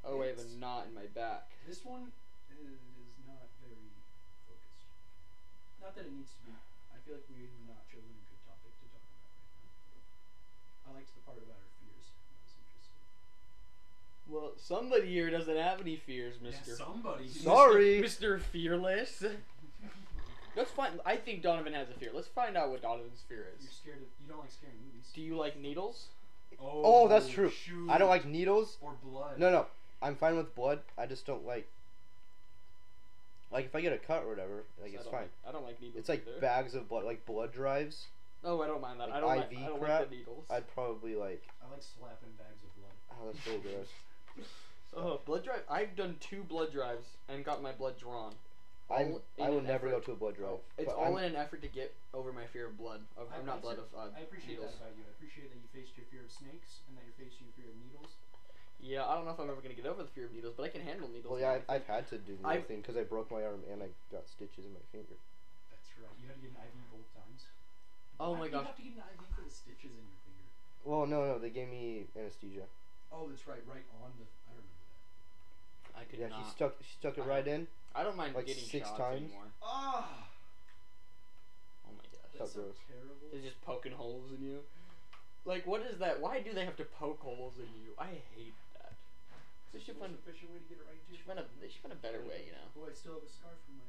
Speaker 1: Oh, wait, I have
Speaker 3: It's-
Speaker 1: a knot in my back.
Speaker 3: This one uh, is not very focused. Not that it needs to be. I feel like we have not chosen a good topic to talk about right now. I liked the part about our fears. That was interesting.
Speaker 1: Well, somebody here doesn't have any fears, Mister.
Speaker 3: somebody.
Speaker 2: Sorry.
Speaker 1: Mister Fearless. Let's find. I think Donovan has a fear. Let's find out what Donovan's fear
Speaker 3: You're
Speaker 1: is.
Speaker 3: scared of. You don't like scary movies.
Speaker 1: Do you like needles?
Speaker 2: Oh, that's true.
Speaker 3: shoot.
Speaker 2: I don't like needles.
Speaker 3: Or blood.
Speaker 2: No, no. I'm fine with blood. I just don't like. Like if I get a cut or whatever, like
Speaker 1: I
Speaker 2: it's
Speaker 1: don't
Speaker 2: fine.
Speaker 1: Like, I don't like needles.
Speaker 2: It's like
Speaker 1: either.
Speaker 2: bags of blood, like blood drives.
Speaker 1: Oh, I don't mind that.
Speaker 2: like
Speaker 1: I don't, like,
Speaker 2: IV
Speaker 1: I don't
Speaker 2: crap.
Speaker 1: like the needles.
Speaker 2: I'd probably like.
Speaker 3: I like slapping bags of blood.
Speaker 2: Oh, that's really gross.
Speaker 1: oh, blood drive. I've done two blood drives and got my blood drawn.
Speaker 2: I'm,
Speaker 1: all in
Speaker 2: I will
Speaker 1: an
Speaker 2: never
Speaker 1: effort.
Speaker 2: go to a blood drive.
Speaker 1: It's
Speaker 2: but
Speaker 1: all
Speaker 2: I'm-
Speaker 1: in an effort to get over my fear of blood. Of,
Speaker 3: I
Speaker 1: I'm not blood of
Speaker 3: appreciate-
Speaker 1: uh,
Speaker 3: I appreciate
Speaker 1: needles.
Speaker 3: that about you. I appreciate that you faced your fear of snakes and that you're facing your fear of needles.
Speaker 1: Yeah, I don't know if I'm ever gonna get over the fear of needles, but I can handle needles.
Speaker 2: Well,
Speaker 1: now, I
Speaker 2: yeah,
Speaker 1: think.
Speaker 2: I've, I've had to do the
Speaker 1: I-
Speaker 2: thing because I broke my arm and I got stitches in my finger.
Speaker 3: That's right. You had to get an IV both times.
Speaker 1: Oh
Speaker 3: Why
Speaker 1: my
Speaker 3: do you
Speaker 1: gosh.
Speaker 3: have to get an IV for the stitches in your finger.
Speaker 2: Well, no, no, they gave me anesthesia.
Speaker 3: Oh, that's right. Right on the. I remember that.
Speaker 1: I could
Speaker 2: Yeah,
Speaker 1: not.
Speaker 2: she stuck, she stuck it
Speaker 1: I
Speaker 2: right in.
Speaker 1: I don't mind
Speaker 2: like,
Speaker 1: getting
Speaker 2: six
Speaker 1: shots
Speaker 2: times.
Speaker 1: anymore.
Speaker 3: Ah,
Speaker 1: Oh my gosh.
Speaker 3: that's
Speaker 2: That's
Speaker 3: so
Speaker 2: gross.
Speaker 3: terrible.
Speaker 1: They're just poking holes in you. Like, what is that? Why do they have to poke holes in you? I hate that. They should find,
Speaker 3: Most efficient way to get it right
Speaker 1: they
Speaker 3: too.
Speaker 1: should find a they should find a better way, you know.
Speaker 3: Oh, I still have a scar from my.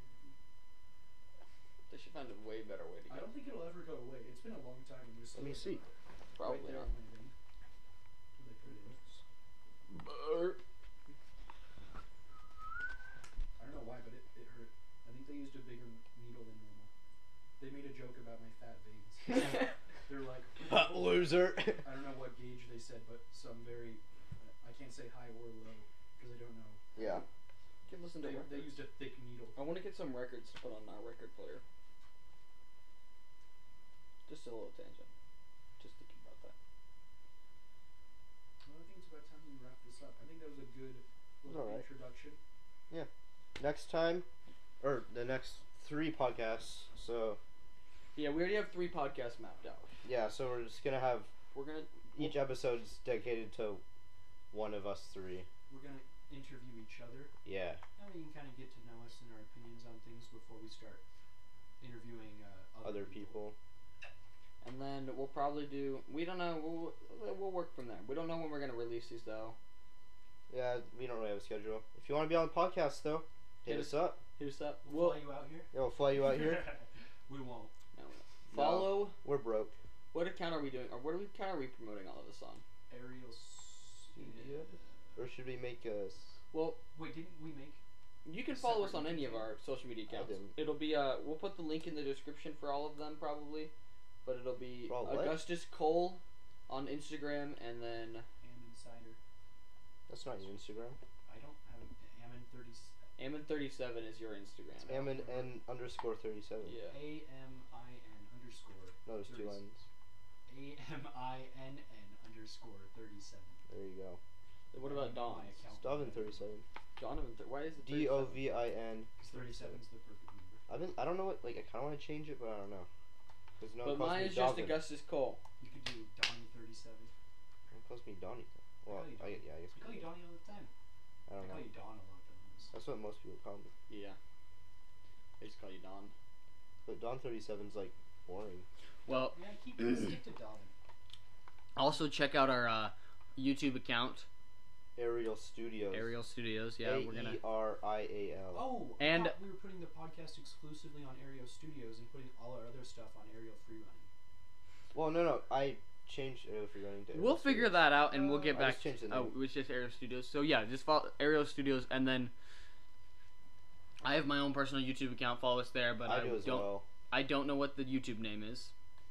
Speaker 1: They should find a way better way to
Speaker 3: I
Speaker 1: go.
Speaker 3: don't think it'll ever go away. It's been a long time. And
Speaker 2: Let me see.
Speaker 1: Probably not. Burp.
Speaker 3: I don't know why, but it, it hurt. I think they used a bigger needle than normal. They made a joke about my fat veins. They're like,
Speaker 2: Hot loser.
Speaker 3: I don't know what gauge they said, but some very, I can't say high or low because I don't know.
Speaker 2: yeah.
Speaker 1: Can listen to
Speaker 3: They, they
Speaker 1: records.
Speaker 3: used a thick needle.
Speaker 1: I want to get some records to put on our record player. Just a little tangent. Just thinking about that.
Speaker 3: Well, I think it's about time we wrap this up. I think that was a good little
Speaker 2: Alright.
Speaker 3: introduction.
Speaker 2: Next time, or the next three podcasts. So
Speaker 1: Yeah, we already have three podcasts mapped out.
Speaker 2: yeah, so we're just gonna have
Speaker 1: We're gonna
Speaker 2: each episode's dedicated to one of us three.
Speaker 3: We're gonna interview each other.
Speaker 2: Yeah.
Speaker 3: Now we can kind of get to know us and our opinions on things before we start interviewing uh,
Speaker 2: Other people.
Speaker 1: And then we'll probably do. We don't know. We'll, we'll work from there. We don't know when we're gonna release these though.
Speaker 2: Yeah, we don't really have a schedule. If you want to be on the podcast though, hit
Speaker 1: Hit
Speaker 2: us up.
Speaker 1: Here's that.
Speaker 3: We'll
Speaker 1: We'll
Speaker 3: fly you out here.
Speaker 2: Yeah, we'll fly you out here.
Speaker 3: we won't.
Speaker 1: follow.
Speaker 2: We're broke.
Speaker 1: What account are we doing? Or what account are we promoting all of this on?
Speaker 3: Ariel. S-
Speaker 2: Yeah. Or should we make us?
Speaker 1: Well,
Speaker 3: uh, Wait, didn't we make?
Speaker 1: you can follow us
Speaker 3: Separate
Speaker 1: on any of
Speaker 3: YouTube?
Speaker 1: our social media
Speaker 2: I
Speaker 1: accounts.
Speaker 2: didn't.
Speaker 1: It'll be uh, we'll put the link in the description for all of them probably, but it'll be
Speaker 2: For all what?
Speaker 1: Augustus Cole on Instagram and then
Speaker 3: Am Insider.
Speaker 2: That's not your Instagram.
Speaker 3: I don't have Am in thirty.
Speaker 1: Ammon37 is your Instagram.
Speaker 3: Yeah.
Speaker 2: Ammon n underscore thirty seven.
Speaker 1: Yeah.
Speaker 3: A M I N underscore.
Speaker 2: No, there's two
Speaker 3: 37.
Speaker 2: lines.
Speaker 3: A M I N N underscore thirty seven.
Speaker 2: There you go.
Speaker 1: What about Don?
Speaker 2: Stovin thirty seven.
Speaker 1: Donovan. Th- why is it
Speaker 2: D
Speaker 1: 37?
Speaker 2: O V I N.
Speaker 3: Because thirty seven is the perfect number.
Speaker 2: I've been. I don't know what. Like I kind of want to change it, but I don't know. 'Cause no, one
Speaker 1: But
Speaker 2: calls
Speaker 1: mine is
Speaker 2: me
Speaker 1: just
Speaker 2: Donovan.
Speaker 1: Augustus Cole.
Speaker 3: You could do Donnie thirty seven.
Speaker 2: No one calls me Donnie. though. Well,
Speaker 3: call you
Speaker 2: I,
Speaker 3: Donnie.
Speaker 2: yeah, I guess.
Speaker 3: I call you
Speaker 2: people-
Speaker 3: Donnie all the time.
Speaker 2: I
Speaker 3: I
Speaker 2: don't
Speaker 3: call
Speaker 2: know.
Speaker 3: you Don a lot though.
Speaker 2: That's what most people call me.
Speaker 1: Yeah. They just call you Don.
Speaker 2: But Don thirty seven's like boring.
Speaker 6: Well,
Speaker 3: Yeah, keep stick to Don.
Speaker 6: also check out our uh, YouTube account,
Speaker 2: Ariel Studios.
Speaker 6: Ariel Studios. Yeah, we're gonna.
Speaker 2: A E R I A L.
Speaker 3: Oh, I
Speaker 6: And-
Speaker 3: thought we were putting the podcast exclusively on Aereo Studios and putting all our other stuff on Aereo Free Running.
Speaker 2: Well, no, no. I changed Ariel Free Running to. Ariel
Speaker 6: We'll figure
Speaker 2: Studios.
Speaker 6: that out and we'll get
Speaker 2: I
Speaker 6: back.
Speaker 2: just changed the
Speaker 6: Oh,
Speaker 2: name.
Speaker 6: it was just Ariel Studios. So yeah, just follow Ariel Studios, and then I have my own personal YouTube account. Follow us there, but I,
Speaker 2: I do as
Speaker 6: not
Speaker 2: well.
Speaker 6: I don't know what the YouTube name is.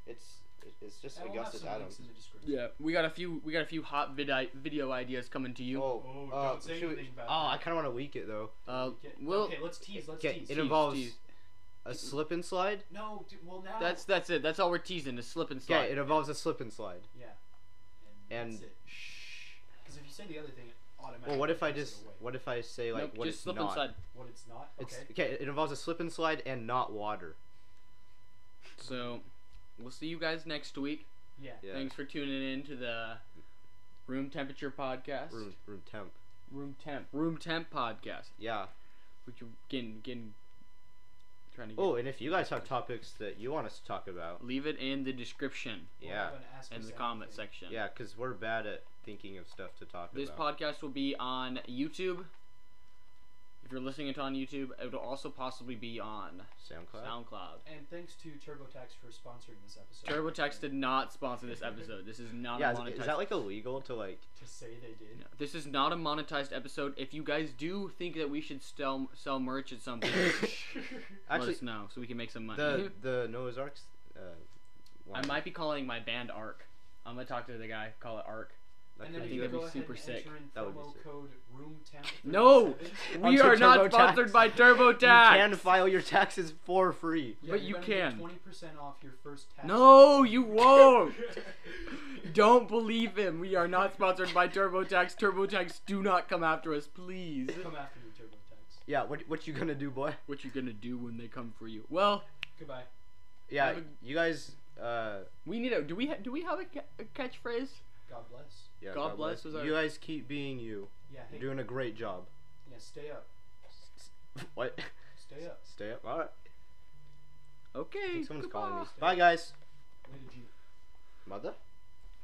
Speaker 2: It's it- it's just
Speaker 3: And we'll have
Speaker 2: Augustus
Speaker 3: some links
Speaker 2: Adams.
Speaker 3: in the description.
Speaker 6: Yeah, we got a few. We got a few hot vid- i- video ideas coming to you.
Speaker 2: Oh,
Speaker 3: Oh,
Speaker 2: uh,
Speaker 3: don't say
Speaker 2: should we-
Speaker 3: anything about
Speaker 2: oh, I kind of want to leak it though.
Speaker 3: that.
Speaker 6: Uh,
Speaker 3: Okay,
Speaker 6: we'll-
Speaker 3: okay, let's tease. Let's
Speaker 2: Okay,
Speaker 3: tease.
Speaker 2: it
Speaker 6: Tease,
Speaker 2: involves
Speaker 6: tease.
Speaker 2: a slip and slide.
Speaker 3: no, d- well now.
Speaker 6: That's that's it. That's all we're teasing is slip and slide.
Speaker 2: Okay, it involves a slip and slide.
Speaker 3: yeah.
Speaker 2: And-
Speaker 3: that's it. Shh. Because if you say the other thing, it automatically.
Speaker 2: Well, what if I
Speaker 3: takes it
Speaker 2: just
Speaker 3: away.
Speaker 2: what if I say like
Speaker 6: nope,
Speaker 2: what
Speaker 6: just
Speaker 2: it's
Speaker 6: slip
Speaker 2: not?
Speaker 6: and slide.
Speaker 3: What it's not. Okay.
Speaker 2: It's okay. It involves a slip and slide and not water.
Speaker 6: So we'll see you guys next week.
Speaker 3: yeah.
Speaker 2: Yeah.
Speaker 6: Thanks for tuning in to the Room Temperature Podcast.
Speaker 2: Room, room temp.
Speaker 6: Room Temp. Room Temp Podcast.
Speaker 2: Yeah.
Speaker 6: Which you're getting getting trying to get.
Speaker 2: Oh, and if you guys have topics that you want us to talk about,
Speaker 6: Leave it in the description
Speaker 3: We'll
Speaker 2: yeah,
Speaker 3: have an ask
Speaker 6: and the
Speaker 3: us
Speaker 6: comment
Speaker 3: anything.
Speaker 6: section.
Speaker 2: yeah, because we're bad at thinking of stuff to talk
Speaker 6: This
Speaker 2: about.
Speaker 6: podcast will be on YouTube. If you're listening to it on YouTube, it'll also possibly be on
Speaker 2: SoundCloud.
Speaker 6: SoundCloud.
Speaker 3: And thanks to TurboTax for sponsoring this episode.
Speaker 6: TurboTax did not sponsor this episode. This is not
Speaker 2: yeah,
Speaker 6: a
Speaker 2: is,
Speaker 6: monetized.
Speaker 2: is that like illegal to like?
Speaker 3: To say they did.
Speaker 6: No, this is not a monetized episode. If you guys do think that we should sell sell merch at some point, let
Speaker 2: Actually,
Speaker 6: us know so we can make some money.
Speaker 2: the the Noah's Ark's. Uh,
Speaker 6: I
Speaker 2: line.
Speaker 6: might be calling my band Arc. I'm gonna talk to the guy. Call it Arc.
Speaker 2: That
Speaker 3: and then
Speaker 2: could
Speaker 6: I
Speaker 3: if
Speaker 2: be
Speaker 6: think
Speaker 3: you
Speaker 6: that'd
Speaker 3: go
Speaker 2: good.
Speaker 6: be
Speaker 3: ahead
Speaker 6: super
Speaker 3: and
Speaker 6: sick.
Speaker 3: Enter in
Speaker 2: That would be
Speaker 3: promo
Speaker 2: sick.
Speaker 3: code room temp.
Speaker 6: No!
Speaker 3: 37.
Speaker 6: We
Speaker 2: Onto
Speaker 6: are not
Speaker 2: TurboTax.
Speaker 6: sponsored by TurboTax.
Speaker 2: You can file your taxes for free.
Speaker 3: Yeah,
Speaker 6: but you
Speaker 3: you're gonna
Speaker 6: can.
Speaker 3: Twenty percent off your first tax.
Speaker 6: No, you won't. Don't believe him. We are not sponsored by TurboTax. TurboTax, do not come after us, please.
Speaker 3: Come after me, TurboTax.
Speaker 2: Yeah, what what you gonna do, boy?
Speaker 6: What you gonna do when they come for you? Well,
Speaker 3: Goodbye.
Speaker 2: Yeah,
Speaker 6: Have a-
Speaker 2: you guys. Uh,
Speaker 6: we need a. Do we ha- do we have a, ca- a catchphrase?
Speaker 3: God bless.
Speaker 2: yeah,
Speaker 6: God bless is our-
Speaker 2: You guys keep being you.
Speaker 3: Yeah. Hey,
Speaker 2: You're doing a great job.
Speaker 3: yeah. Stay up.
Speaker 2: What?
Speaker 3: Stay up.
Speaker 2: Stay up. All right.
Speaker 6: Okay.
Speaker 2: I think someone's calling me.
Speaker 6: goodbye.
Speaker 2: Bye, guys.
Speaker 3: Way to G.
Speaker 2: Mother.